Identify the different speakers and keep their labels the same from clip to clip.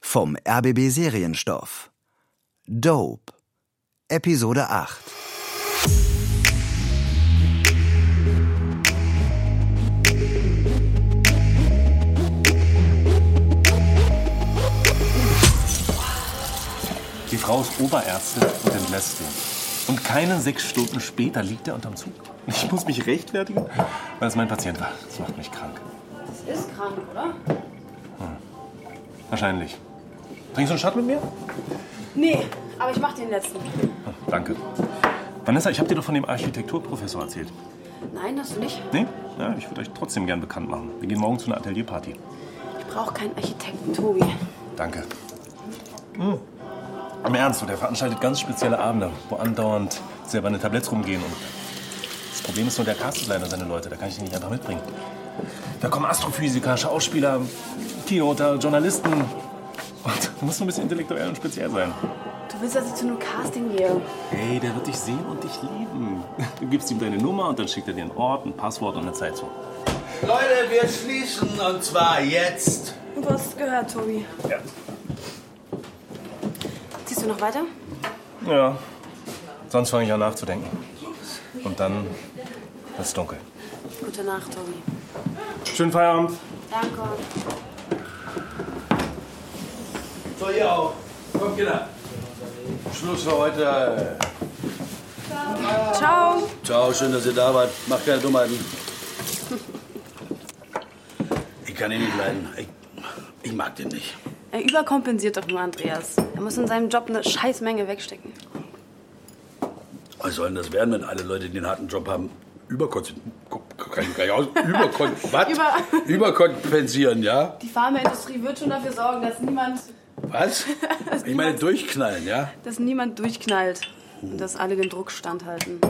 Speaker 1: vom RBB Serienstoff. Dope. Episode 8.
Speaker 2: Die Frau ist Oberärztin und entlässt ihn. Und keine sechs Stunden später liegt er unterm Zug. Ich muss mich rechtfertigen, weil es mein Patient war. Das macht mich krank.
Speaker 3: Das ist krank, oder?
Speaker 2: Wahrscheinlich. Trinkst du einen Shot mit mir?
Speaker 3: Nee, aber ich mach den letzten.
Speaker 2: Ach, danke. Vanessa, ich habe dir doch von dem Architekturprofessor erzählt.
Speaker 3: Nein, hast du nicht.
Speaker 2: Nee? Ja, ich würde euch trotzdem gern bekannt machen. Wir gehen morgen zu einer Atelierparty.
Speaker 3: Ich brauche keinen Architekten, Tobi.
Speaker 2: Danke. Mm. Im Ernst, so, der veranstaltet ganz spezielle Abende, wo andauernd silberne Tabletts rumgehen. Und das Problem ist nur, der castet leider seine Leute. Da kann ich die nicht einfach mitbringen. Da kommen Astrophysiker, Schauspieler, Keynoter, Journalisten. Und du musst nur ein bisschen intellektuell und speziell sein.
Speaker 3: Du willst, dass ich zu einem Casting gehe.
Speaker 2: Hey, der wird dich sehen und dich lieben. Du gibst ihm deine Nummer und dann schickt er dir einen Ort, ein Passwort und eine Zeit zu.
Speaker 4: Leute, wir schließen und zwar jetzt.
Speaker 3: Du hast gehört, Tobi.
Speaker 2: Ja.
Speaker 3: Ziehst du noch weiter?
Speaker 2: Ja. Sonst fange ich an nachzudenken. Und dann wird es dunkel.
Speaker 3: Gute Nacht, Tobi.
Speaker 2: Schönen Feierabend.
Speaker 3: Danke.
Speaker 4: So, ihr auch. Kommt, Kinder. Schluss für heute.
Speaker 3: Ciao.
Speaker 4: Ciao, schön, dass ihr da wart. Macht keine Dummheiten. Ich kann ihn nicht leiden. Ich, ich mag den nicht.
Speaker 3: Er überkompensiert doch nur Andreas. Er muss in seinem Job eine Scheißmenge wegstecken.
Speaker 4: Was soll denn das werden, wenn alle Leute, die einen harten Job haben, überkonz- ko- kann ich gar nicht aus- überkon was?
Speaker 3: Über-
Speaker 4: überkompensieren, ja?
Speaker 3: Die Pharmaindustrie wird schon dafür sorgen, dass niemand,
Speaker 4: Was? Ich meine, durchknallen, ja?
Speaker 3: dass niemand durchknallt. Und dass alle den Druck standhalten.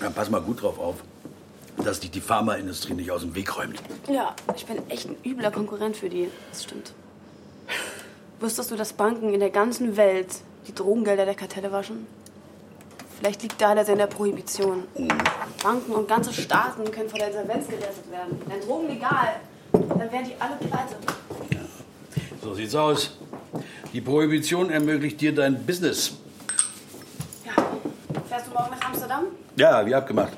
Speaker 4: Dann pass mal gut drauf auf, dass dich die Pharmaindustrie nicht aus dem Weg räumt.
Speaker 3: Ja, ich bin echt ein übler Konkurrent für die. Das stimmt. Wusstest du, dass Banken in der ganzen Welt die Drogengelder der Kartelle waschen? Vielleicht liegt da der Sinn der Prohibition. Banken und ganze Staaten können von der Insolvenz gerettet werden. Wenn Drogen legal, dann wären die alle pleite.
Speaker 4: So sieht's aus. Die Prohibition ermöglicht dir dein Business.
Speaker 3: Ja. Fährst du morgen nach Amsterdam?
Speaker 4: Ja, wie abgemacht.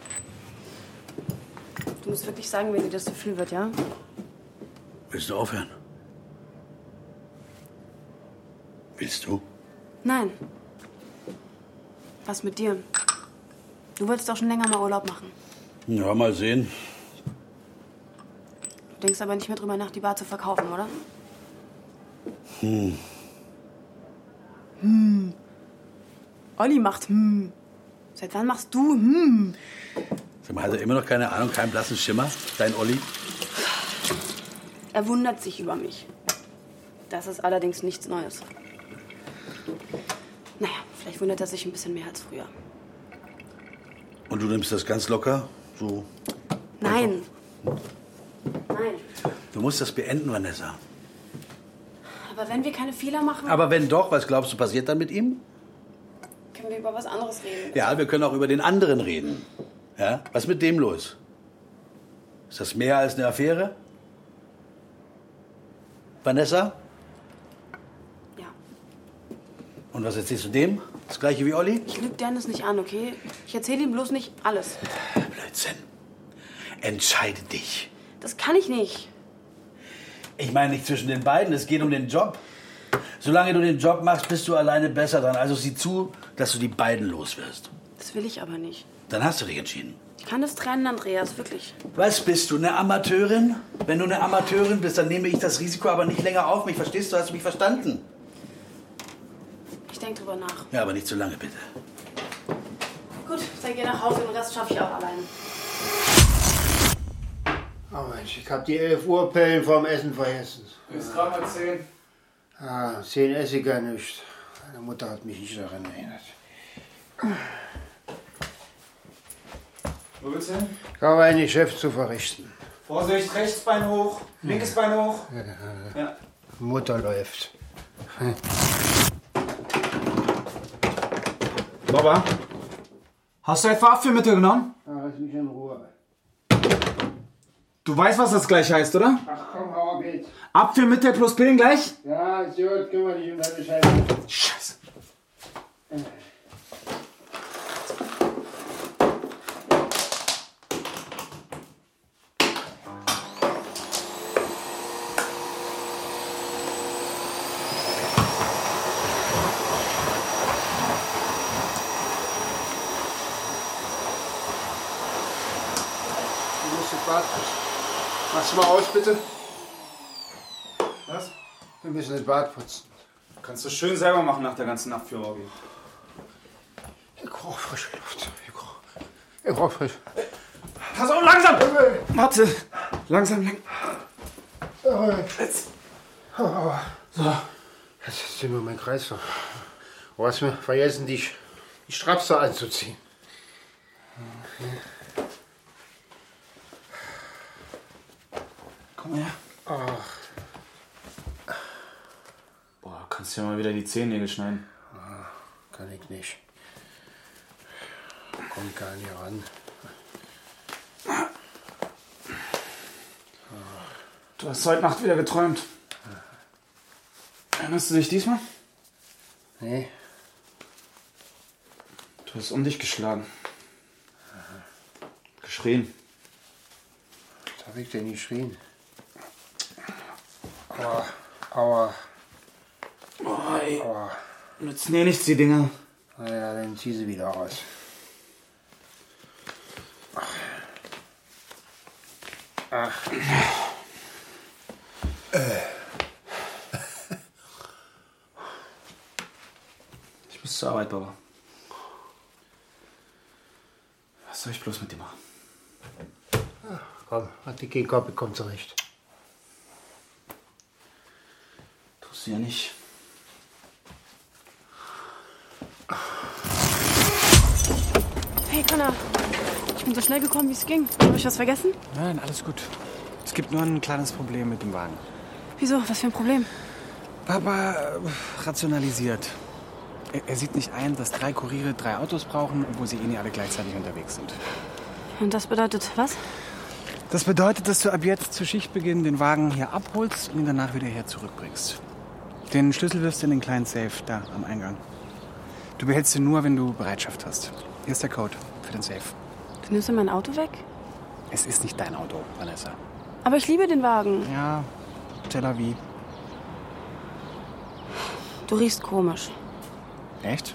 Speaker 3: Du musst wirklich sagen, wenn dir das zu viel wird, ja?
Speaker 4: Willst du aufhören? Willst du?
Speaker 3: Nein. Was mit dir? Du wolltest doch schon länger mal Urlaub machen.
Speaker 4: Ja, mal sehen.
Speaker 3: Du denkst aber nicht mehr drüber nach, die Bar zu verkaufen, oder? Hm. Hm.
Speaker 4: Hm.
Speaker 3: Hm. Olli macht hm. Seit wann machst du hm?
Speaker 4: Sag mal, hat er immer noch keine Ahnung, keinen blassen Schimmer? Dein Olli?
Speaker 3: Er wundert sich über mich. Das ist allerdings nichts Neues. Naja, vielleicht wundert er sich ein bisschen mehr als früher.
Speaker 4: Und du nimmst das ganz locker? So.
Speaker 3: Nein. Nein.
Speaker 4: Du musst das beenden, Vanessa.
Speaker 3: Aber wenn wir keine Fehler machen,
Speaker 4: Aber wenn doch, was glaubst du, passiert dann mit ihm?
Speaker 3: können wir über was anderes reden.
Speaker 4: Ja, wir können auch über den anderen reden. Ja? Was ist mit dem los? Ist das mehr als eine Affäre? Vanessa?
Speaker 3: Ja.
Speaker 4: Und was erzählst du dem? Das gleiche wie Olli?
Speaker 3: Ich lüge Dennis nicht an, okay? Ich erzähle ihm bloß nicht alles.
Speaker 4: Blödsinn. Entscheide dich.
Speaker 3: Das kann ich nicht.
Speaker 4: Ich meine nicht zwischen den beiden, es geht um den Job. Solange du den Job machst, bist du alleine besser dran. Also sieh zu, dass du die beiden los wirst.
Speaker 3: Das will ich aber nicht.
Speaker 4: Dann hast du dich entschieden.
Speaker 3: Ich kann das trennen, Andreas, wirklich.
Speaker 4: Was bist du, eine Amateurin? Wenn du eine Amateurin bist, dann nehme ich das Risiko aber nicht länger auf mich. Verstehst du? Hast du mich verstanden?
Speaker 3: Ich denke drüber nach.
Speaker 4: Ja, aber nicht zu lange, bitte.
Speaker 3: Gut, dann geh nach Hause, den Rest schaffe ich auch alleine.
Speaker 5: Oh Mensch, ich hab die 11 Uhr Pillen vorm Essen vergessen.
Speaker 6: Ist gerade mal 10.
Speaker 5: Ah, 10 esse ich gar nicht. Meine Mutter hat mich nicht daran erinnert.
Speaker 6: Wo willst du hin?
Speaker 5: Ich habe ein Geschäft zu verrichten.
Speaker 6: Vorsicht, rechts Bein hoch, linkes Bein hoch. Ja.
Speaker 5: Mutter läuft. Ah,
Speaker 6: Baba, hast du etwa Abführmittel genommen?
Speaker 5: Ah, lass mich in Ruhe.
Speaker 6: Du weißt, was das gleich heißt, oder?
Speaker 5: Ach komm, hau ab jetzt.
Speaker 7: Apfelmittel plus Pillen gleich?
Speaker 5: Ja, ist gut, kümmere dich um deine Scheiße.
Speaker 7: Scheiße.
Speaker 5: Du musst jetzt warten. Machst du mal aus, bitte?
Speaker 6: Was?
Speaker 5: Wir müssen das Bad putzen.
Speaker 6: Kannst du schön selber machen nach der ganzen Nacht für Orgi.
Speaker 5: Ich brauche frische Luft. Ich brauche ich brauch frische
Speaker 6: Pass auf, langsam!
Speaker 7: Warte. Langsam, lang.
Speaker 5: Jetzt ist immer mein Kreislauf. Du hast mir vergessen, die, Sch- die Strapse anzuziehen.
Speaker 6: Komm her. Boah, kannst du ja mal wieder die Zehennägel schneiden.
Speaker 5: Ah, Kann ich nicht. Komm gar nicht ran.
Speaker 6: Du hast heute Nacht wieder geträumt. Erinnerst du dich diesmal?
Speaker 5: Nee,
Speaker 6: Du hast um dich geschlagen. Geschrien.
Speaker 5: was hab ich denn geschrien? Aua, aua.
Speaker 6: Oh, ey. Nützen eh nichts, die Dinger.
Speaker 5: Naja, dann zieh sie wieder raus.
Speaker 6: Ich muss zur Arbeit, Baba. Was soll ich bloß mit dir machen?
Speaker 5: Komm, hat die Kehlkopf, kommt zurecht.
Speaker 6: Tust du ja nicht.
Speaker 3: Hey Connor, ich bin so schnell gekommen, wie es ging. Habe ich was vergessen?
Speaker 8: Nein, alles gut. Es gibt nur ein kleines Problem mit dem Wagen.
Speaker 3: Wieso? Was für ein Problem?
Speaker 8: Papa äh, rationalisiert. Er, er sieht nicht ein, dass drei Kuriere drei Autos brauchen, obwohl sie eh nie alle gleichzeitig unterwegs sind.
Speaker 3: Und das bedeutet was?
Speaker 8: Das bedeutet, dass du ab jetzt zu Schichtbeginn den Wagen hier abholst und ihn danach wieder her zurückbringst. Den Schlüssel wirfst du in den kleinen Safe da am Eingang. Du behältst ihn nur, wenn du Bereitschaft hast. Hier ist der Code für den Safe.
Speaker 3: Du nimmst mir mein Auto weg?
Speaker 8: Es ist nicht dein Auto, Vanessa.
Speaker 3: Aber ich liebe den Wagen.
Speaker 8: Ja, Tel Aviv.
Speaker 3: Du riechst komisch.
Speaker 8: Echt?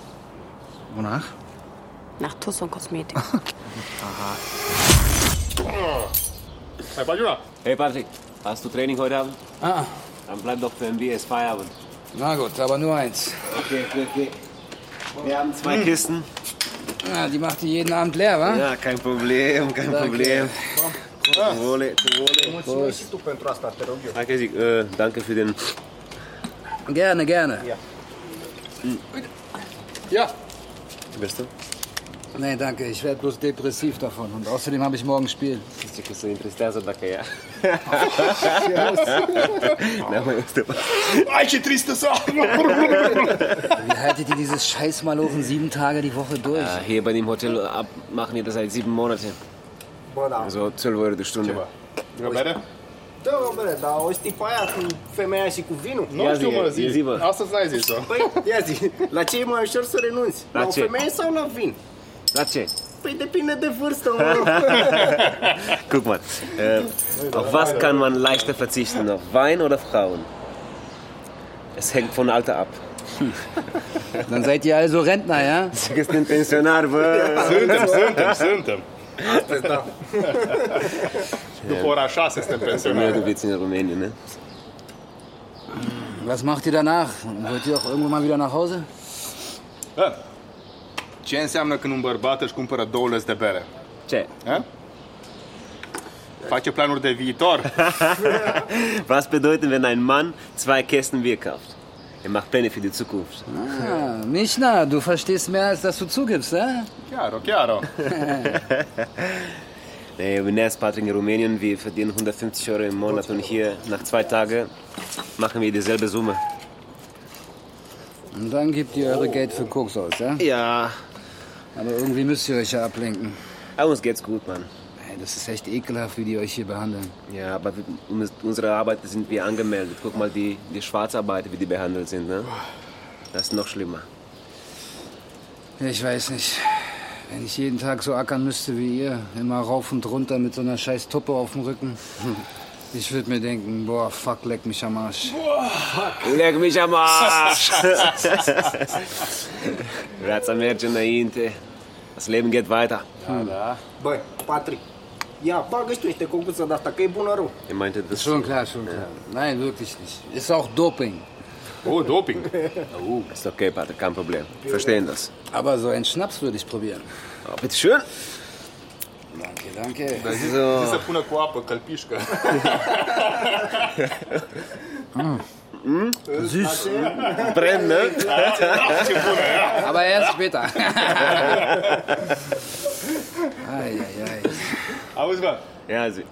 Speaker 8: Wonach?
Speaker 3: Nach Tuss und Kosmetik.
Speaker 9: Hey, Bajura.
Speaker 10: Hey Patrick, hast du Training heute Abend?
Speaker 9: Ah,
Speaker 10: Dann bleib doch für MBS Feierabend.
Speaker 9: na gut, aber nur eins.
Speaker 10: Okay, okay. Wir haben zwei Kisten.
Speaker 9: Ah, Hm. die macht die jeden Abend leer, wa?
Speaker 10: Ja, kein Problem, kein Problem. Zum Wohle, zum Wohle. Danke, Sie- äh, danke für den.
Speaker 9: Gerne, gerne. Ja. ja.
Speaker 10: Bist du?
Speaker 9: Nee, danke, ich werde bloß depressiv davon. Und außerdem habe ich morgen Spiel.
Speaker 10: Questo questo in tristezza da che è. Nein, mein Öster.
Speaker 9: Eiche triste Sachen! Wie haltet ihr dieses scheiß Malochen sieben Tage die Woche durch?
Speaker 10: Ja, Hier bei dem Hotel ab machen die das seit sieben Monaten. Also 12 Euro die Stunde.
Speaker 11: Da hoje tem pai cu femeia și cu vinul.
Speaker 10: Nu Ia știu, zi, mă, zi. zi, mă.
Speaker 11: Asta n-ai zis-o. Păi, ia zi, la ce e mai ușor să renunți?
Speaker 10: La
Speaker 11: o
Speaker 10: ce?
Speaker 11: femeie sau la vin?
Speaker 10: Das ist
Speaker 11: Păi depinde de vârstă, mă.
Speaker 10: Guck mal, äh, auf was kann man leichter verzichten? Auf Wein oder Frauen? Es hängt von Alter ab.
Speaker 9: Hm. Dann seid ihr also Rentner, ja?
Speaker 10: Du bist ein Pensionar. bă.
Speaker 11: Suntem, suntem,
Speaker 12: Suntem. da. După ora 6 suntem
Speaker 10: Ja,
Speaker 12: pensionari.
Speaker 10: du bist in Rumänien, ne?
Speaker 9: Was macht ihr danach? Wollt ihr auch irgendwann mal wieder nach Hause?
Speaker 12: Da. Ce înseamnă când un bărbat își cumpără două lăzi de bere? Eh?
Speaker 10: Ce?
Speaker 12: A? Face planuri de viitor.
Speaker 10: Was bedeutet, wenn ein Mann zwei Kästen Bier kauft? Er macht Pläne für die Zukunft.
Speaker 9: Ah, Michna, du verstehst mehr, als dass du zugibst, ja?
Speaker 12: Chiaro, chiaro.
Speaker 10: Nee, ich bin Patrick in Rumänien, wir verdienen 150 Euro im Monat und hier nach zwei Tagen machen wir dieselbe Summe.
Speaker 9: Und dann gebt ihr eure Geld für Koks aus, ja?
Speaker 10: Ja,
Speaker 9: Aber irgendwie müsst ihr euch ja ablenken.
Speaker 10: aber uns geht's gut, Mann.
Speaker 9: Ey, Das ist echt ekelhaft, wie die euch hier behandeln.
Speaker 10: Ja, aber wir- uns- unsere Arbeit sind wir angemeldet. Guck mal, die, die Schwarzarbeiter, wie die behandelt sind. Ne? Das ist noch schlimmer.
Speaker 9: Ich weiß nicht. Wenn ich jeden Tag so ackern müsste wie ihr, immer rauf und runter mit so einer scheiß Tuppe auf dem Rücken, ich würde mir denken, boah, fuck, leck mich am Arsch.
Speaker 10: Leck mich am Arsch! Grazie merge înainte. Das Leben geht weiter.
Speaker 11: Da. Băi, Patrick, ia, bagă și tu niște concuță de asta, că e bună rău.
Speaker 10: Er meinte, das
Speaker 9: Schon klar, schon klar. Nein, wirklich nicht. Ist auch Doping.
Speaker 10: Oh, Doping. Oh, ist okay, Pater, kein Problem. Verstehen das.
Speaker 9: Aber so einen Schnaps würde ich probieren.
Speaker 10: Oh, bitte schön.
Speaker 9: Danke, danke.
Speaker 12: Dar Da, zi,
Speaker 9: So.
Speaker 12: zi să pună cu apă, călpișcă.
Speaker 10: Hmm?
Speaker 9: Süß.
Speaker 11: Ă,
Speaker 10: Brennen, ne?
Speaker 12: Eh?
Speaker 9: Aber erst später. Ei, ei, ei.
Speaker 12: Auzi, bă,
Speaker 10: Ja, sie.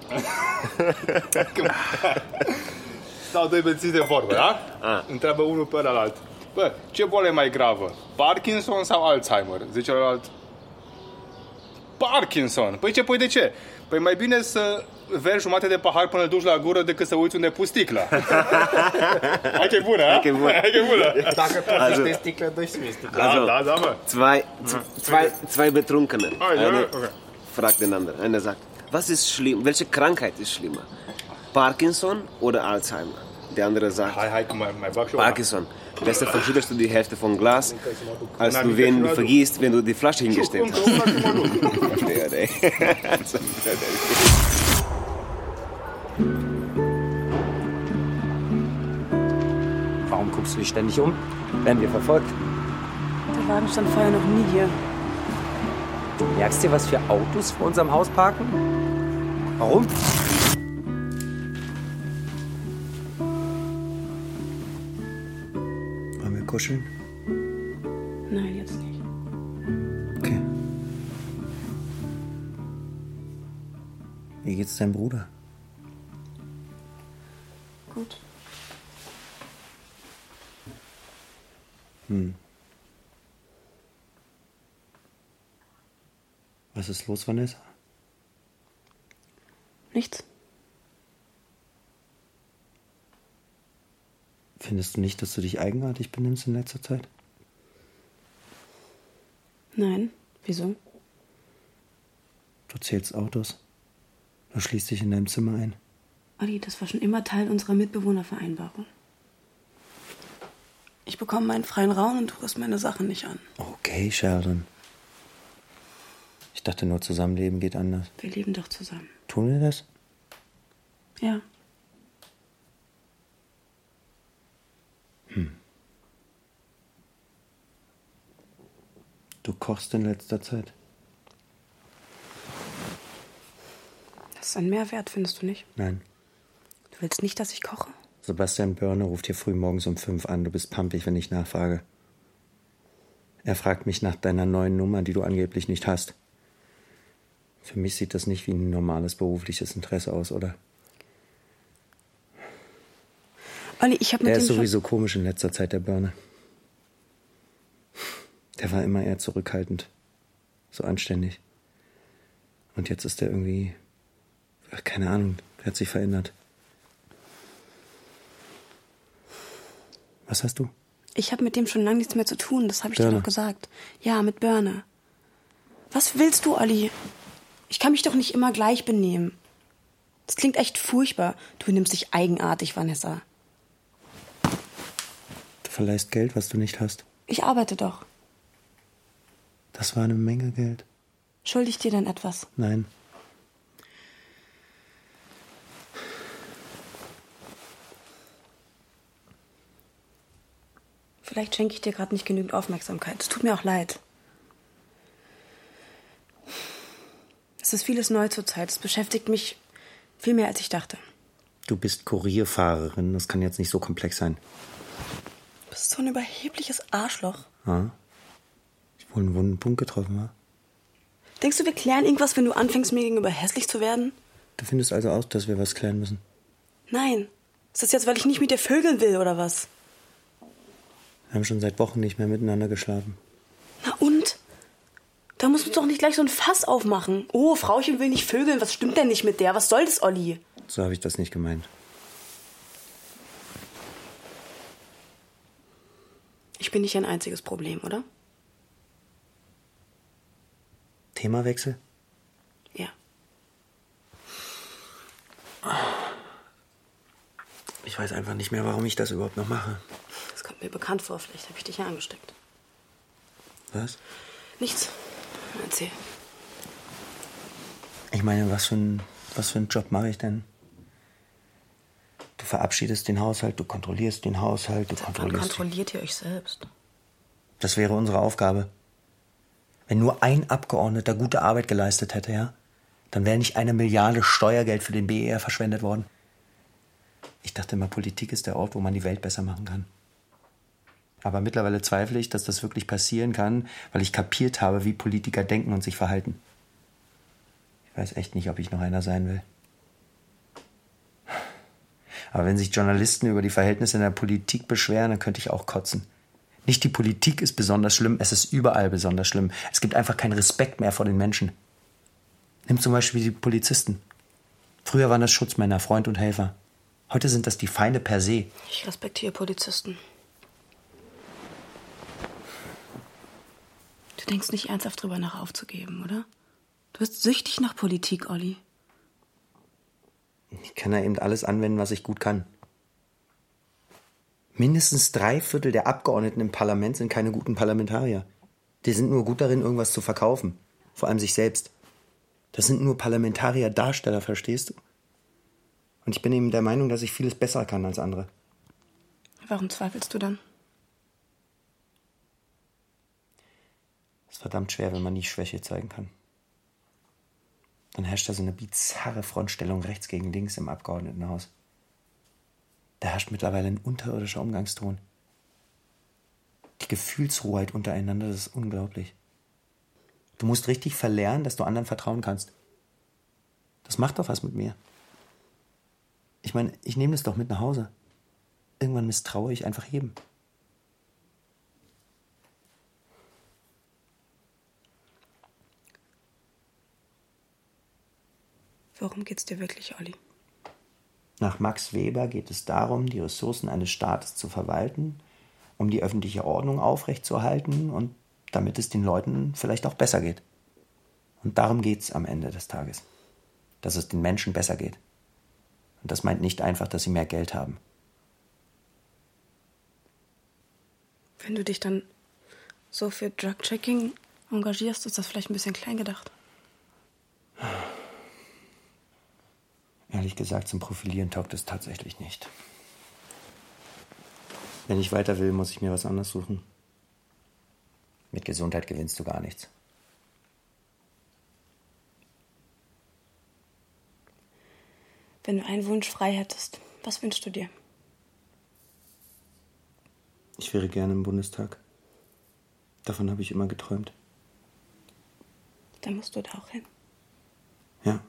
Speaker 12: stau doi bețivi de vorbă, da?
Speaker 10: A.
Speaker 12: Întreabă unul pe ălalt. Bă, ce boală e mai gravă? Parkinson sau Alzheimer? Zice ălalt. Parkinson. Păi ce, păi de ce? Păi mai bine să veri jumate de pahar până îl duci la gură decât să uiți unde pui sticla. Hai că e bună, a?
Speaker 10: Hai că e bună.
Speaker 12: Hai că e bună.
Speaker 10: Dacă tu Azi. ești
Speaker 12: sticlă, dă și mie sticlă. Also, Da,
Speaker 10: Also,
Speaker 12: da, da, mă.
Speaker 10: Zwei, z- zwei, zwei Betrunkene.
Speaker 12: Ah, ja,
Speaker 10: Einer
Speaker 12: okay.
Speaker 10: fragt den anderen. Einer sagt, was ist schlimm? Welche Krankheit ist schlimmer? Parkinson oder Alzheimer? Der andere sagt, Parkinson. Besser verschüttest du die Hälfte vom Glas, als du wen du vergisst, wenn du die Flasche hingestellt hast. Ja, nee. Also, ja, nee.
Speaker 13: Warum guckst du dich ständig um? Werden wir verfolgt?
Speaker 3: Der Wagen stand vorher noch nie hier.
Speaker 13: Du merkst dir, was für Autos vor unserem Haus parken? Warum?
Speaker 7: Wollen wir kuscheln?
Speaker 3: Nein, jetzt nicht.
Speaker 7: Wie geht's deinem Bruder?
Speaker 3: Gut.
Speaker 7: Hm. Was ist los, Vanessa?
Speaker 3: Nichts.
Speaker 7: Findest du nicht, dass du dich eigenartig benimmst in letzter Zeit?
Speaker 3: Nein. Wieso?
Speaker 7: Du zählst Autos. Du schließt dich in deinem Zimmer ein.
Speaker 3: Olli, das war schon immer Teil unserer Mitbewohnervereinbarung. Ich bekomme meinen freien Raum und du rührst meine Sachen nicht an.
Speaker 7: Okay, Sheldon. Ich dachte nur, Zusammenleben geht anders.
Speaker 3: Wir leben doch zusammen.
Speaker 7: Tun wir das?
Speaker 3: Ja.
Speaker 7: Du kochst in letzter Zeit.
Speaker 3: Das ist ein Mehrwert, findest du nicht?
Speaker 7: Nein.
Speaker 3: Du willst nicht, dass ich koche?
Speaker 7: Sebastian Börne ruft hier früh morgens um fünf an. Du bist pampig, wenn ich nachfrage. Er fragt mich nach deiner neuen Nummer, die du angeblich nicht hast. Für mich sieht das nicht wie ein normales berufliches Interesse aus, oder?
Speaker 3: Olli, ich habe mit
Speaker 7: Der
Speaker 3: dem
Speaker 7: ist
Speaker 3: schon-
Speaker 7: sowieso komisch in letzter Zeit, der Börne. Der war immer eher zurückhaltend. So anständig. Und jetzt ist er irgendwie. ach, Keine Ahnung, der hat sich verändert. Was hast du?
Speaker 3: Ich habe mit dem schon lange nichts mehr zu tun, das habe ich dir
Speaker 7: Birne.
Speaker 3: doch gesagt. Ja, mit Birne. Was willst du, Olli? Ich kann mich doch nicht immer gleich benehmen. Das klingt echt furchtbar. Du benimmst dich eigenartig, Vanessa.
Speaker 7: Du verleihst Geld, was du nicht hast.
Speaker 3: Ich arbeite doch.
Speaker 7: Das war eine Menge Geld.
Speaker 3: Schulde ich dir dann etwas?
Speaker 7: Nein.
Speaker 3: Vielleicht schenke ich dir gerade nicht genügend Aufmerksamkeit. Es tut mir auch leid. Es ist vieles neu zurzeit. Es beschäftigt mich viel mehr, als ich dachte.
Speaker 7: Du bist Kurierfahrerin. Das kann jetzt nicht so komplex sein.
Speaker 3: Du bist so ein überhebliches Arschloch.
Speaker 7: Ja? Ah. Ich wohl einen wunden Punkt getroffen war.
Speaker 3: Denkst du, wir klären irgendwas, wenn du anfängst, mir gegenüber hässlich zu werden?
Speaker 7: Du findest also aus, dass wir was klären müssen.
Speaker 3: Nein. Ist das jetzt, weil ich nicht mit dir vögeln will oder was?
Speaker 7: Wir haben schon seit Wochen nicht mehr miteinander geschlafen.
Speaker 3: Na und? Da muss man doch nicht gleich so ein Fass aufmachen. Oh, Frauchen will nicht vögeln. Was stimmt denn nicht mit der? Was soll das, Olli?
Speaker 7: So habe ich das nicht gemeint.
Speaker 3: Ich bin nicht ein einziges Problem, oder?
Speaker 7: Themawechsel?
Speaker 3: Ja.
Speaker 7: Ich weiß einfach nicht mehr, warum ich das überhaupt noch mache.
Speaker 3: Das kommt mir bekannt vor. Vielleicht habe ich dich ja angesteckt.
Speaker 7: Was?
Speaker 3: Nichts. Erzähl.
Speaker 7: Ich meine, was für ein, was für einen Job mache ich denn? Du verabschiedest den Haushalt, du kontrollierst den Haushalt, du
Speaker 3: Wann
Speaker 7: kontrollierst.
Speaker 3: kontrolliert ihr euch selbst?
Speaker 7: Das wäre unsere Aufgabe. Wenn nur ein Abgeordneter gute Arbeit geleistet hätte, ja, dann wäre nicht eine Milliarde Steuergeld für den BER verschwendet worden. Ich dachte immer, Politik ist der Ort, wo man die Welt besser machen kann. Aber mittlerweile zweifle ich, dass das wirklich passieren kann, weil ich kapiert habe, wie Politiker denken und sich verhalten. Ich weiß echt nicht, ob ich noch einer sein will. Aber wenn sich Journalisten über die Verhältnisse in der Politik beschweren, dann könnte ich auch kotzen. Nicht die Politik ist besonders schlimm, es ist überall besonders schlimm. Es gibt einfach keinen Respekt mehr vor den Menschen. Nimm zum Beispiel die Polizisten. Früher waren das Schutzmänner, Freund und Helfer. Heute sind das die Feinde per se.
Speaker 3: Ich respektiere Polizisten. Du denkst nicht ernsthaft drüber nach aufzugeben, oder? Du bist süchtig nach Politik, Olli.
Speaker 7: Ich kann ja eben alles anwenden, was ich gut kann. Mindestens drei Viertel der Abgeordneten im Parlament sind keine guten Parlamentarier. Die sind nur gut darin, irgendwas zu verkaufen. Vor allem sich selbst. Das sind nur Parlamentarier-Darsteller, verstehst du? Und ich bin eben der Meinung, dass ich vieles besser kann als andere.
Speaker 3: Warum zweifelst du dann?
Speaker 7: Es ist verdammt schwer, wenn man nie Schwäche zeigen kann. Dann herrscht da so eine bizarre Frontstellung rechts gegen links im Abgeordnetenhaus. Da herrscht mittlerweile ein unterirdischer Umgangston. Die Gefühlshoheit untereinander, das ist unglaublich. Du musst richtig verlernen, dass du anderen vertrauen kannst. Das macht doch was mit mir. Ich meine, ich nehme das doch mit nach Hause. Irgendwann misstraue ich einfach jedem.
Speaker 3: Worum geht's dir wirklich, Olli?
Speaker 7: Nach Max Weber geht es darum, die Ressourcen eines Staates zu verwalten, um die öffentliche Ordnung aufrechtzuerhalten und damit es den Leuten vielleicht auch besser geht. Und darum geht es am Ende des Tages, dass es den Menschen besser geht. Und das meint nicht einfach, dass sie mehr Geld haben.
Speaker 3: Wenn du dich dann so für Drug-Checking engagierst, ist das vielleicht ein bisschen klein gedacht.
Speaker 7: Ehrlich gesagt, zum Profilieren taugt es tatsächlich nicht. Wenn ich weiter will, muss ich mir was anderes suchen. Mit Gesundheit gewinnst du gar nichts.
Speaker 3: Wenn du einen Wunsch frei hättest, was wünschst du dir?
Speaker 7: Ich wäre gerne im Bundestag. Davon habe ich immer geträumt.
Speaker 3: Dann musst du da auch hin.
Speaker 7: Ja.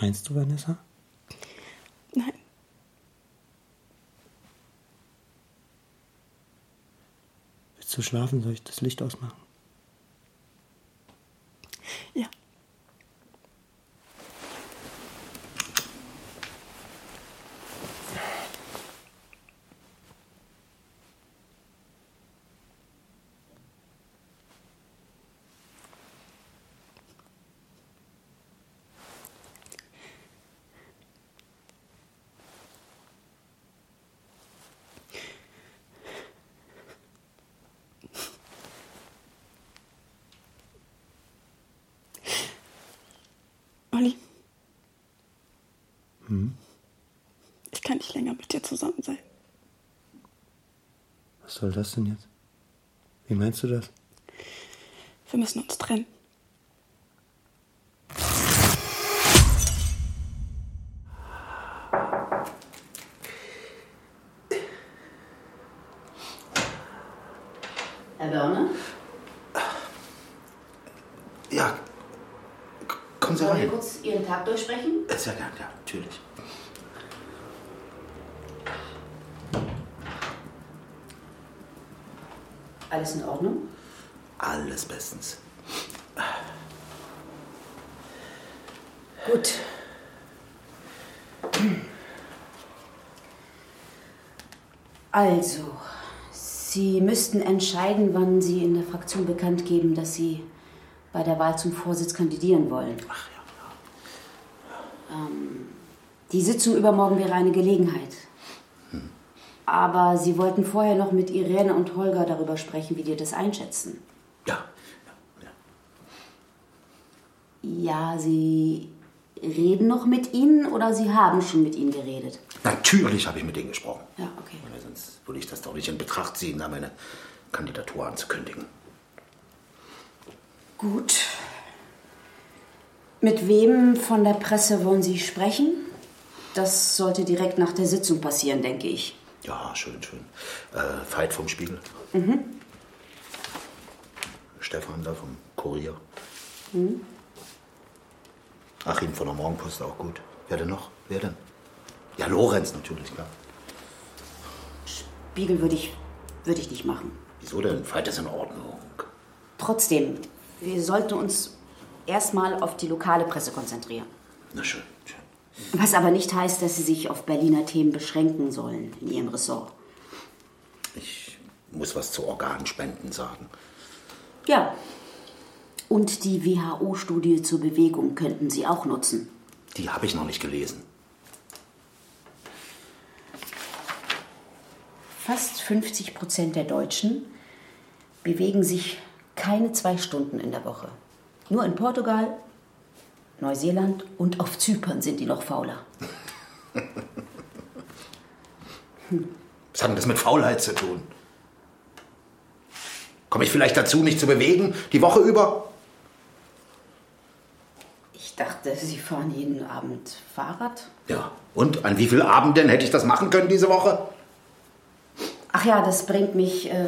Speaker 7: Meinst du, Vanessa?
Speaker 3: Nein.
Speaker 7: Willst du schlafen? Soll ich das Licht ausmachen?
Speaker 3: Ja. Olli,
Speaker 7: Hm?
Speaker 3: ich kann nicht länger mit dir zusammen sein.
Speaker 7: Was soll das denn jetzt? Wie meinst du das?
Speaker 3: Wir müssen uns trennen.
Speaker 14: Herr Börne?
Speaker 4: Ja. K- Kommen Sie
Speaker 14: Wollen wir
Speaker 4: rein. Äh,
Speaker 14: kurz Ihren Tag durchsprechen?
Speaker 4: Sehr gern, ja, natürlich.
Speaker 14: Alles in Ordnung?
Speaker 15: Alles bestens.
Speaker 14: Gut. Also, Sie müssten entscheiden, wann Sie in der Fraktion bekannt geben, dass Sie bei der Wahl zum Vorsitz kandidieren wollen. Ach ja. Ähm, die Sitzung übermorgen wäre eine Gelegenheit. Aber Sie wollten vorher noch mit Irene und Holger darüber sprechen, wie die das einschätzen. Ja. Ja, ja Sie reden noch mit Ihnen oder Sie haben schon mit Ihnen geredet?
Speaker 15: Natürlich habe ich mit denen gesprochen.
Speaker 14: Ja, okay.
Speaker 15: Weil sonst würde ich das doch nicht in Betracht ziehen, da meine Kandidatur anzukündigen.
Speaker 14: Gut. Mit wem von der Presse wollen Sie sprechen? Das sollte direkt nach der Sitzung passieren, denke ich.
Speaker 15: Ja, schön, schön. Äh, Veit vom Spiegel,
Speaker 14: Mhm.
Speaker 15: Stefan da vom Kurier,
Speaker 14: Hm.
Speaker 15: Achim von der Morgenpost auch gut. Wer denn noch? Wer denn? Ja, Lorenz natürlich, klar.
Speaker 14: Spiegel würde ich, würde ich nicht machen.
Speaker 15: Wieso denn? Veit ist in Ordnung.
Speaker 14: Trotzdem, wir sollten uns erstmal auf die lokale Presse konzentrieren.
Speaker 15: Na schön.
Speaker 14: Was aber nicht heißt, dass Sie sich auf Berliner Themen beschränken sollen in Ihrem Ressort.
Speaker 15: Muss was zu Organspenden sagen.
Speaker 14: Ja. Und die WHO-Studie zur Bewegung könnten Sie auch nutzen.
Speaker 15: Die habe ich noch nicht gelesen.
Speaker 14: Fast 50 Prozent der Deutschen bewegen sich keine zwei Stunden in der Woche. Nur in Portugal, Neuseeland und auf Zypern sind die noch fauler.
Speaker 15: Was hat denn das mit Faulheit zu tun? Komme ich vielleicht dazu, mich zu bewegen, die Woche über?
Speaker 14: Ich dachte, Sie fahren jeden Abend Fahrrad.
Speaker 15: Ja. Und an wie vielen Abenden hätte ich das machen können diese Woche?
Speaker 14: Ach ja, das bringt mich äh,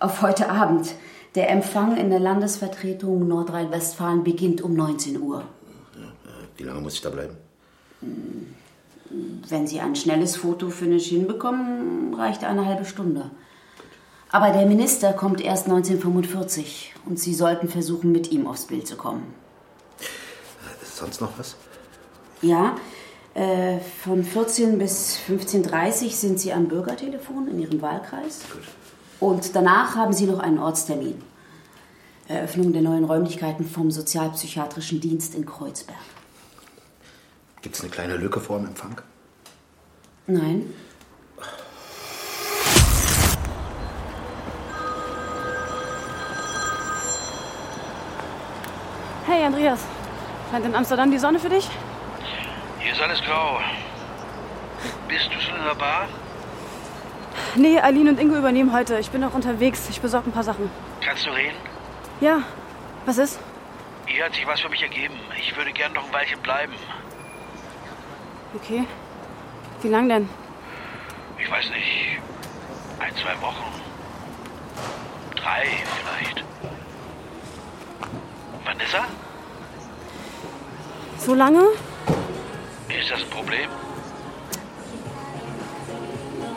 Speaker 14: auf heute Abend. Der Empfang in der Landesvertretung Nordrhein-Westfalen beginnt um 19 Uhr.
Speaker 15: äh, Wie lange muss ich da bleiben?
Speaker 14: Wenn Sie ein schnelles Fotofinish hinbekommen, reicht eine halbe Stunde. Aber der Minister kommt erst 1945 und Sie sollten versuchen, mit ihm aufs Bild zu kommen.
Speaker 15: Ist Äh, sonst noch was?
Speaker 14: Ja, äh, von 14 bis 15.30 Uhr sind Sie am Bürgertelefon in Ihrem Wahlkreis. Und danach haben Sie noch einen Ortstermin. Eröffnung der neuen Räumlichkeiten vom Sozialpsychiatrischen Dienst in Kreuzberg.
Speaker 15: Gibt es eine kleine Lücke vor dem Empfang?
Speaker 14: Nein,
Speaker 3: Hey, Andreas. Scheint in Amsterdam die Sonne für dich?
Speaker 16: Hier ist alles grau. Bist du schon in der Bar?
Speaker 3: Nee, Aline und Ingo übernehmen heute. Ich bin noch unterwegs. Ich besorge ein paar Sachen.
Speaker 16: Kannst du reden?
Speaker 3: Ja, was ist?
Speaker 16: Hier hat sich was für mich ergeben. Ich würde gern noch ein Weilchen bleiben.
Speaker 3: Okay. Wie lang denn?
Speaker 16: Ich weiß nicht. Ein, zwei Wochen. Drei vielleicht. Vanessa?
Speaker 3: So lange?
Speaker 16: Ist das ein Problem?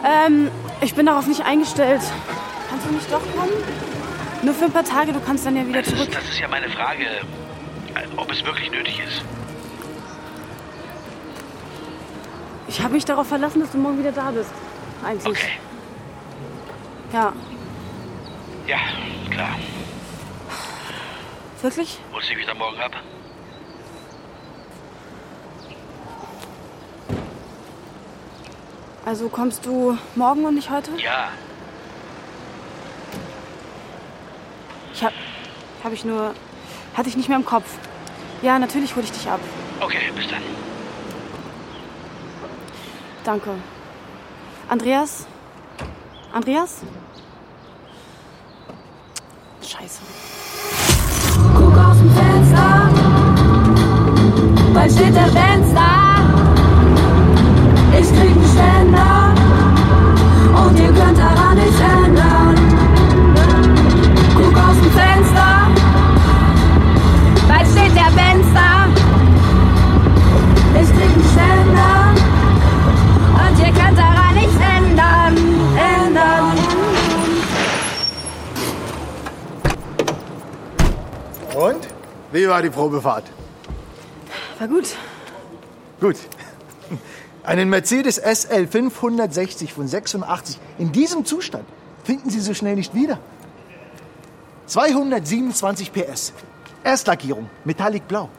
Speaker 3: Ähm, ich bin darauf nicht eingestellt. Kannst du nicht doch kommen? Nur für ein paar Tage, du kannst dann ja wieder
Speaker 16: Das
Speaker 3: zurück.
Speaker 16: ist, das ist ja meine Frage, äh, ob es wirklich nötig ist.
Speaker 3: Ich habe mich darauf verlassen, dass du morgen wieder da bist. Eigentlich. Okay. Ja,
Speaker 16: Ja, klar.
Speaker 3: wirklich?
Speaker 16: Holst du dich wieder morgen ab?
Speaker 3: Also kommst du morgen und nicht heute?
Speaker 16: Ja.
Speaker 3: Ich hab, hab ich nur, hatte ich nicht mehr im Kopf. Ja, natürlich hole ich dich ab.
Speaker 16: Okay, bis dann.
Speaker 3: Danke. Andreas? Andreas? Scheiße.
Speaker 17: Guck aus dem Fenster, bald steht der Fenster. Ich krieg einen Ständer und ihr könnt daran nichts ändern. Guck aus dem Fenster, bald steht der Fenster. Ich krieg einen Ständer und ihr könnt daran nichts ändern. ändern.
Speaker 18: war die Probefahrt?
Speaker 3: War gut.
Speaker 18: Gut. Einen Mercedes SL 560 von 86 in diesem Zustand finden Sie so schnell nicht wieder. 227 PS. Erstlackierung, Metallic Blau.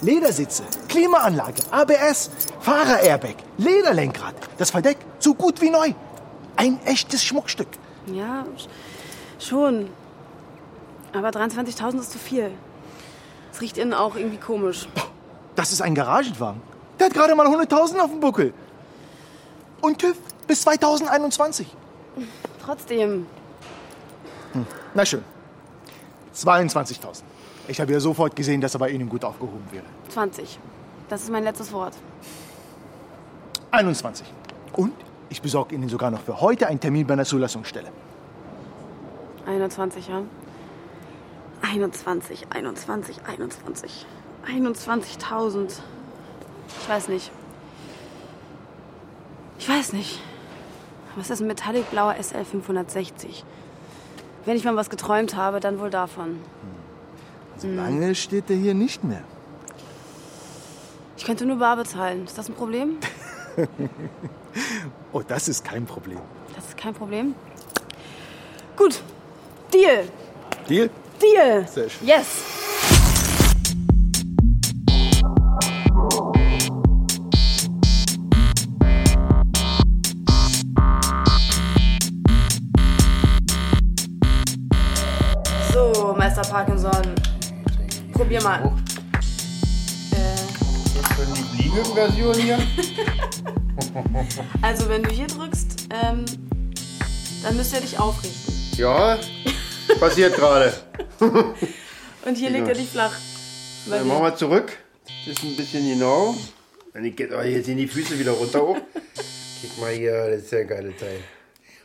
Speaker 18: Ledersitze, Klimaanlage, ABS, Fahrer-Airbag, Lederlenkrad, das Verdeck so gut wie neu. Ein echtes Schmuckstück.
Speaker 3: Ja, sch- schon. Aber 23.000 ist zu viel. Es riecht innen auch irgendwie komisch.
Speaker 18: Das ist ein Garagenwagen. Der hat gerade mal 100.000 auf dem Buckel. Und TÜV bis 2021.
Speaker 3: Trotzdem,
Speaker 18: Hm. Na schön. 22.000. Ich habe ja sofort gesehen, dass er bei Ihnen gut aufgehoben wäre.
Speaker 3: 20. Das ist mein letztes Wort.
Speaker 18: 21. Und ich besorge Ihnen sogar noch für heute einen Termin bei einer Zulassungsstelle.
Speaker 3: 21, ja? 21, 21, 21. 21.000. Ich weiß nicht. Ich weiß nicht. Was ist ein metallic blauer SL 560? Wenn ich mal was geträumt habe, dann wohl davon. Hm.
Speaker 18: Lange steht er hier nicht mehr.
Speaker 3: Ich könnte nur bar bezahlen. Ist das ein Problem?
Speaker 18: oh, das ist kein Problem.
Speaker 3: Das ist kein Problem. Gut. Deal.
Speaker 18: Deal?
Speaker 3: Deal.
Speaker 18: Sehr schön.
Speaker 3: Yes. So, Meister Parkinson. Probier mal. Äh,
Speaker 5: Schon die Liebe-Version hier?
Speaker 3: also, wenn du hier drückst, ähm, dann müsst ihr dich aufrichten.
Speaker 5: ja, passiert gerade.
Speaker 3: Und hier legt er dich flach. Bei
Speaker 5: Dann
Speaker 3: dir.
Speaker 5: machen wir zurück. Das ist ein bisschen genau. Dann geht oh, hier sind die Füße wieder runter hoch. Guck mal hier, das ist ja ein geiler Teil.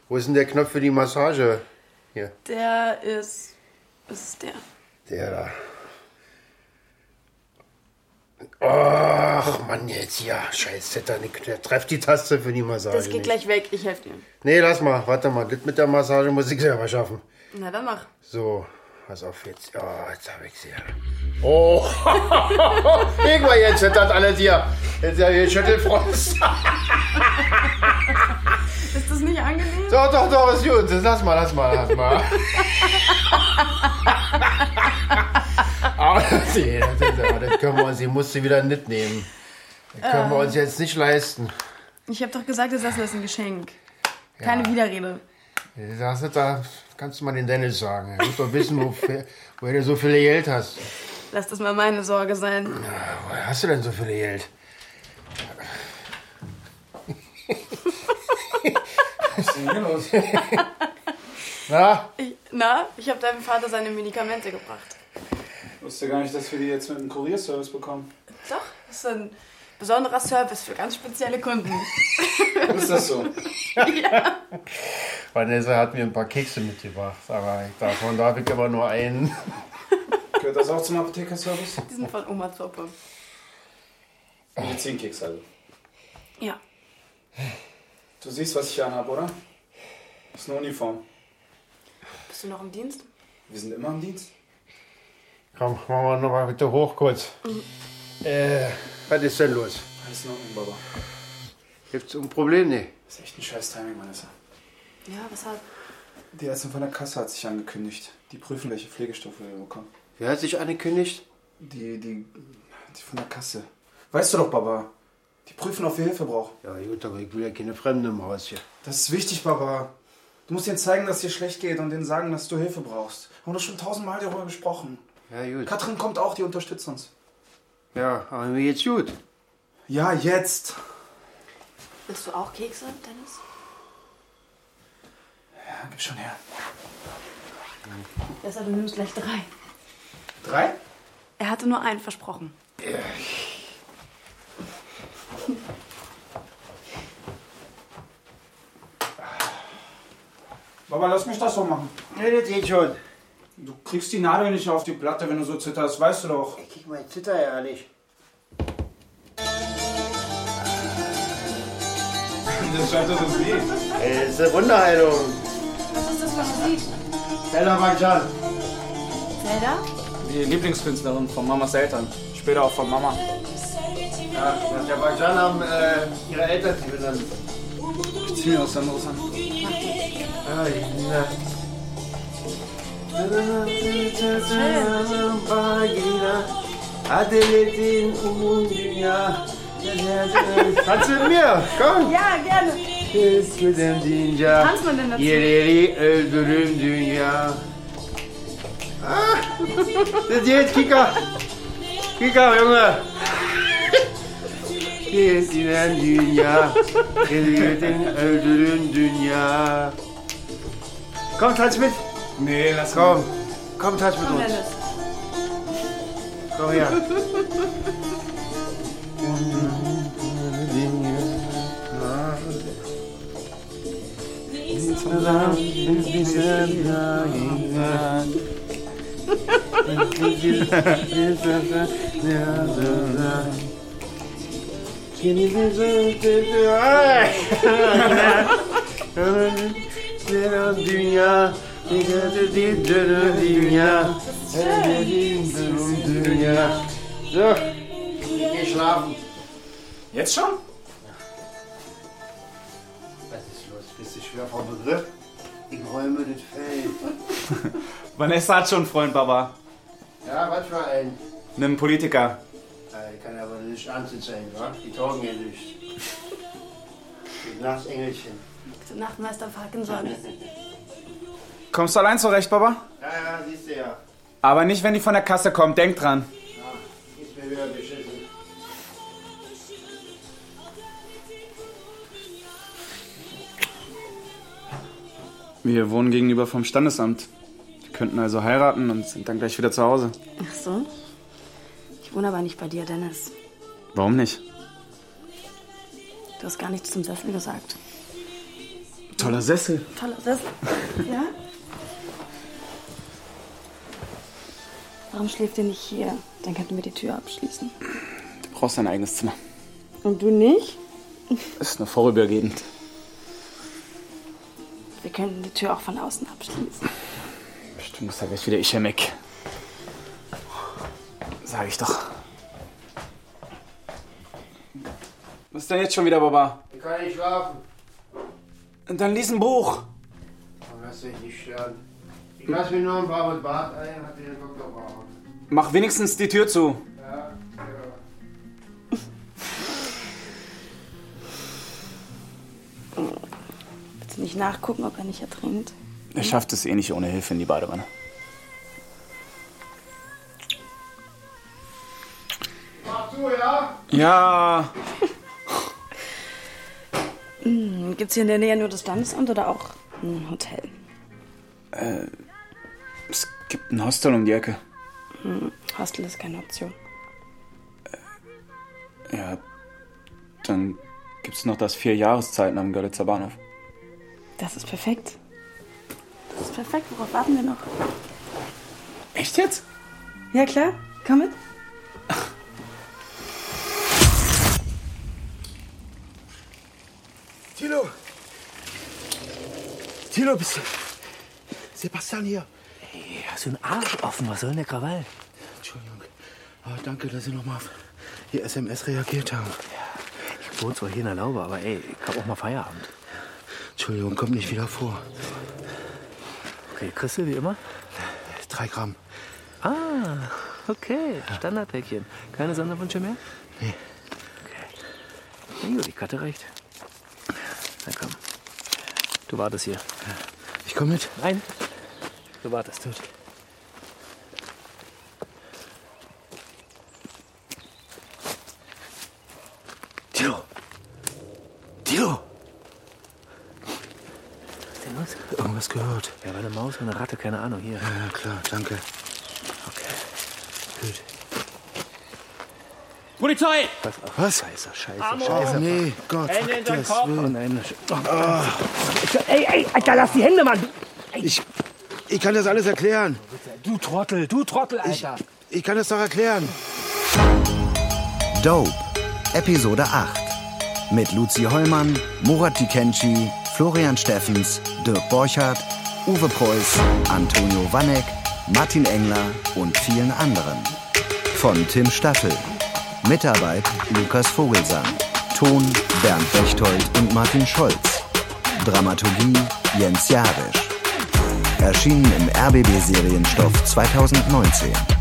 Speaker 5: Wo ist denn der Knopf für die Massage? Hier,
Speaker 3: Der ist. Das ist der.
Speaker 5: der da. Ach Mann, jetzt hier. Scheiße, da nicht. Treff die Taste für die Massage.
Speaker 3: Das geht
Speaker 5: nicht.
Speaker 3: gleich weg, ich helfe dir.
Speaker 5: Nee, lass mal, warte mal. Das mit der Massage muss ich selber schaffen.
Speaker 3: Na dann mach.
Speaker 5: So, pass auf jetzt. Ja, jetzt hab ich sie. Oh, irgendwann jetzt zittert alles hier. Jetzt ist ja hier Schüttelfrost.
Speaker 3: Ist das nicht angenehm?
Speaker 5: Doch, doch, doch, ist gut. Das Lass mal, lass mal, lass mal. Aber nee, das, ist, aber das können wir uns, die musst du wieder mitnehmen. Das können wir
Speaker 3: Ähm.
Speaker 5: uns jetzt nicht leisten.
Speaker 3: Ich habe doch gesagt, das Sessel ist ein Geschenk. Keine
Speaker 5: Ja.
Speaker 3: Widerrede.
Speaker 5: Das ist, da kannst du mal den Dennis sagen. Er muss doch wissen, wofür- woher du so viel Geld hast.
Speaker 3: Lass das mal meine Sorge sein.
Speaker 5: Woher hast du denn so viel Geld? Was ist denn hier los? Na?
Speaker 3: Ich, na, ich habe deinem Vater seine Medikamente gebracht.
Speaker 6: Ich wusste gar nicht, dass wir die jetzt mit dem Kurierservice bekommen.
Speaker 3: Doch, das ist ein besonderer Service für ganz spezielle Kunden.
Speaker 6: Ist das so?
Speaker 5: Vanessa hat mir ein paar Kekse mitgebracht, aber ich- davon darf ich aber nur einen.
Speaker 6: Gehört das auch zum Apothekerservice?
Speaker 3: Die sind von Oma Zoppe.
Speaker 6: Medizinkeks also.
Speaker 3: Ja.
Speaker 6: Du siehst, was ich hier anhab, oder? Ist eine Uniform.
Speaker 3: Bist du noch im Dienst?
Speaker 6: Wir sind immer im Dienst.
Speaker 5: Komm, machen wir nochmal bitte hoch kurz.
Speaker 11: Mhm.
Speaker 5: Äh, was ist denn los?
Speaker 6: Alles in Ordnung, Baba.
Speaker 5: Gibt's ein Problem? Nee.
Speaker 6: Ist echt ein scheiß Timing, Vanessa.
Speaker 3: Ja, weshalb?
Speaker 6: Die Ärztin von der Kasse hat sich angekündigt. Die prüfen, welche Pflegestufe wir bekommen.
Speaker 5: Wer hat sich angekündigt?
Speaker 6: Die, die, die von der Kasse. Weißt du doch, Baba. Die prüfen, ob wir Hilfe brauchen.
Speaker 5: Ja, gut, aber ich will ja keine Fremde im Haus hier.
Speaker 6: Das ist wichtig, Baba. Du musst denen zeigen, dass es dir schlecht geht und denen sagen, dass du Hilfe brauchst. Haben wir doch schon tausendmal darüber gesprochen.
Speaker 5: Ja, gut.
Speaker 6: Katrin kommt auch, die unterstützt uns.
Speaker 5: Ja, aber mir geht's gut.
Speaker 6: Ja, jetzt.
Speaker 3: Willst du auch Kekse, Dennis?
Speaker 6: Ja, gib schon her.
Speaker 3: Besser, du nimmst gleich drei.
Speaker 6: Drei?
Speaker 3: Er hatte nur einen versprochen.
Speaker 6: Baba, lass mich das so machen.
Speaker 5: Nee, das geht schon.
Speaker 6: Du kriegst die Nadel nicht auf die Platte, wenn du so zitterst, weißt du doch.
Speaker 5: Ich krieg mein Zitter ja nicht.
Speaker 6: Das scheint das es geht.
Speaker 5: Ey, das eh. Äh, ist eine Wunderheilung.
Speaker 3: Was ist das für Musik?
Speaker 5: Zelda Mann,
Speaker 3: Zelda?
Speaker 5: Ja.
Speaker 6: die Lieblingskünstlerin von Mamas Eltern. Später auch von Mama.
Speaker 11: Ja, in Aserbaidschan haben äh, ihre Eltern sie benannt.
Speaker 6: Ich zieh mir was anderes an.
Speaker 11: Ah, ja. Adeletin Umun Dünya. Tanz mit mir, komm.
Speaker 3: Ja, gerne.
Speaker 11: Kes mit dem Dünya.
Speaker 3: Tanzt man denn dazu?
Speaker 11: Yerleri öldürüm Dünya. Ah, das geht, Kika. Kika, Junge. Kes mit dem Dünya. Yerleri öldürüm Dünya. Komm, tanz mit. Nee, lass Komm, komm, tanz mit
Speaker 3: Komm,
Speaker 11: uns.
Speaker 3: Dennis.
Speaker 11: Komm her. Dünya, Dünya, Dünya. So, ich geh schlafen.
Speaker 6: Jetzt schon?
Speaker 11: Was ist los? Bist du schwer vom Begriff? Ich räume das Feld.
Speaker 6: Vanessa hat schon einen Freund, Baba.
Speaker 11: Ja, was für ein.
Speaker 6: Einen Politiker.
Speaker 11: Ja, Ich kann aber nicht anzuzeigen, wa? Die taugen ja nicht. Die Nachtengelchen.
Speaker 3: Gute Nacht, Meister Parkinson.
Speaker 6: Kommst du allein zurecht, Baba?
Speaker 11: Ja, ja, siehst du ja.
Speaker 6: Aber nicht, wenn die von der Kasse kommt. Denk dran.
Speaker 11: Ist mir wieder beschissen.
Speaker 6: Wir wohnen gegenüber vom Standesamt. Wir könnten also heiraten und sind dann gleich wieder zu Hause.
Speaker 3: Ach so. Ich wohne aber nicht bei dir, Dennis.
Speaker 6: Warum nicht?
Speaker 3: Du hast gar nichts zum Sessel gesagt.
Speaker 6: Toller Sessel.
Speaker 3: Toller Sessel. Ja? Warum schläft ihr nicht hier? Dann könnten wir die Tür abschließen.
Speaker 6: Du brauchst dein eigenes Zimmer.
Speaker 3: Und du nicht?
Speaker 6: Ist nur vorübergehend.
Speaker 3: Wir könnten die Tür auch von außen abschließen.
Speaker 6: Du musst ja gleich wieder ich weg. Sag ich doch. Was ist denn jetzt schon wieder, Baba?
Speaker 11: Ich kann nicht schlafen.
Speaker 6: Und dann lies ein Buch.
Speaker 11: Aber lass dich nicht stören. Ich lass mir nur ein paar mit Bart ein, hat den Doktor Bauer.
Speaker 6: Mach wenigstens die Tür zu.
Speaker 11: Ja,
Speaker 3: Willst du nicht nachgucken, ob er nicht ertrinkt?
Speaker 6: Er schafft es eh nicht ohne Hilfe in die Badewanne.
Speaker 11: Mach zu, ja?
Speaker 6: Ja.
Speaker 3: Hm, Gibt's hier in der Nähe nur das Standesamt oder auch ein Hotel?
Speaker 6: Äh, es gibt ein Hostel um die Ecke.
Speaker 3: Hm, Hostel ist keine Option.
Speaker 6: Ja. Dann gibt's noch das vier Jahreszeiten am Görlitzer Bahnhof.
Speaker 3: Das ist perfekt. Das ist perfekt. Worauf warten wir noch?
Speaker 6: Echt jetzt?
Speaker 3: Ja, klar. Komm mit.
Speaker 15: Tilo! Tilo, bist du. Sebastian hier. Hey, hast du einen Arsch offen? Was soll denn der Krawall? Entschuldigung. Aber danke, dass Sie nochmal auf die SMS reagiert haben.
Speaker 13: Ich wohne zwar hier in der Laube, aber ey, ich hab auch mal Feierabend.
Speaker 15: Entschuldigung, kommt nicht wieder vor.
Speaker 13: Okay, kriegst du wie immer?
Speaker 15: Drei Gramm.
Speaker 13: Ah, okay. Standardpäckchen. Keine Sonderwünsche mehr?
Speaker 15: Nee.
Speaker 13: Na gut, ich hatte recht. Na komm. Du wartest hier.
Speaker 15: Ich komme mit.
Speaker 13: Nein. Du wartest. Gut.
Speaker 15: Tilo! Tilo!
Speaker 13: Was ist denn los?
Speaker 15: Irgendwas gehört.
Speaker 13: Ja, war eine Maus und eine Ratte, keine Ahnung. Hier.
Speaker 15: Ja, klar, danke. Okay. Gut.
Speaker 13: Polizei! Was? Was? Scheiße, scheiße,
Speaker 15: Amor!
Speaker 13: scheiße.
Speaker 15: Nee, Gott,
Speaker 13: Hände
Speaker 15: fuck
Speaker 13: in den
Speaker 15: das.
Speaker 13: Kopf!
Speaker 15: Will. Ah.
Speaker 13: Oh nein. Ey, ey, Alter, lass die Hände, Mann!
Speaker 15: Ich, ich kann das alles erklären.
Speaker 19: Du Trottel, du Trottel, Alter.
Speaker 15: Ich kann das doch erklären.
Speaker 1: Dope, Episode 8. Mit Luzi Hollmann, Murat Tikenci, Florian Steffens, Dirk Borchardt, Uwe Preuß, Antonio Wanneck, Martin Engler und vielen anderen. Von Tim Staffel. Mitarbeit Lukas Vogelsang. Ton Bernd Bechtold und Martin Scholz. Dramaturgie Jens Jarisch. Erschienen im RBB Serienstoff 2019.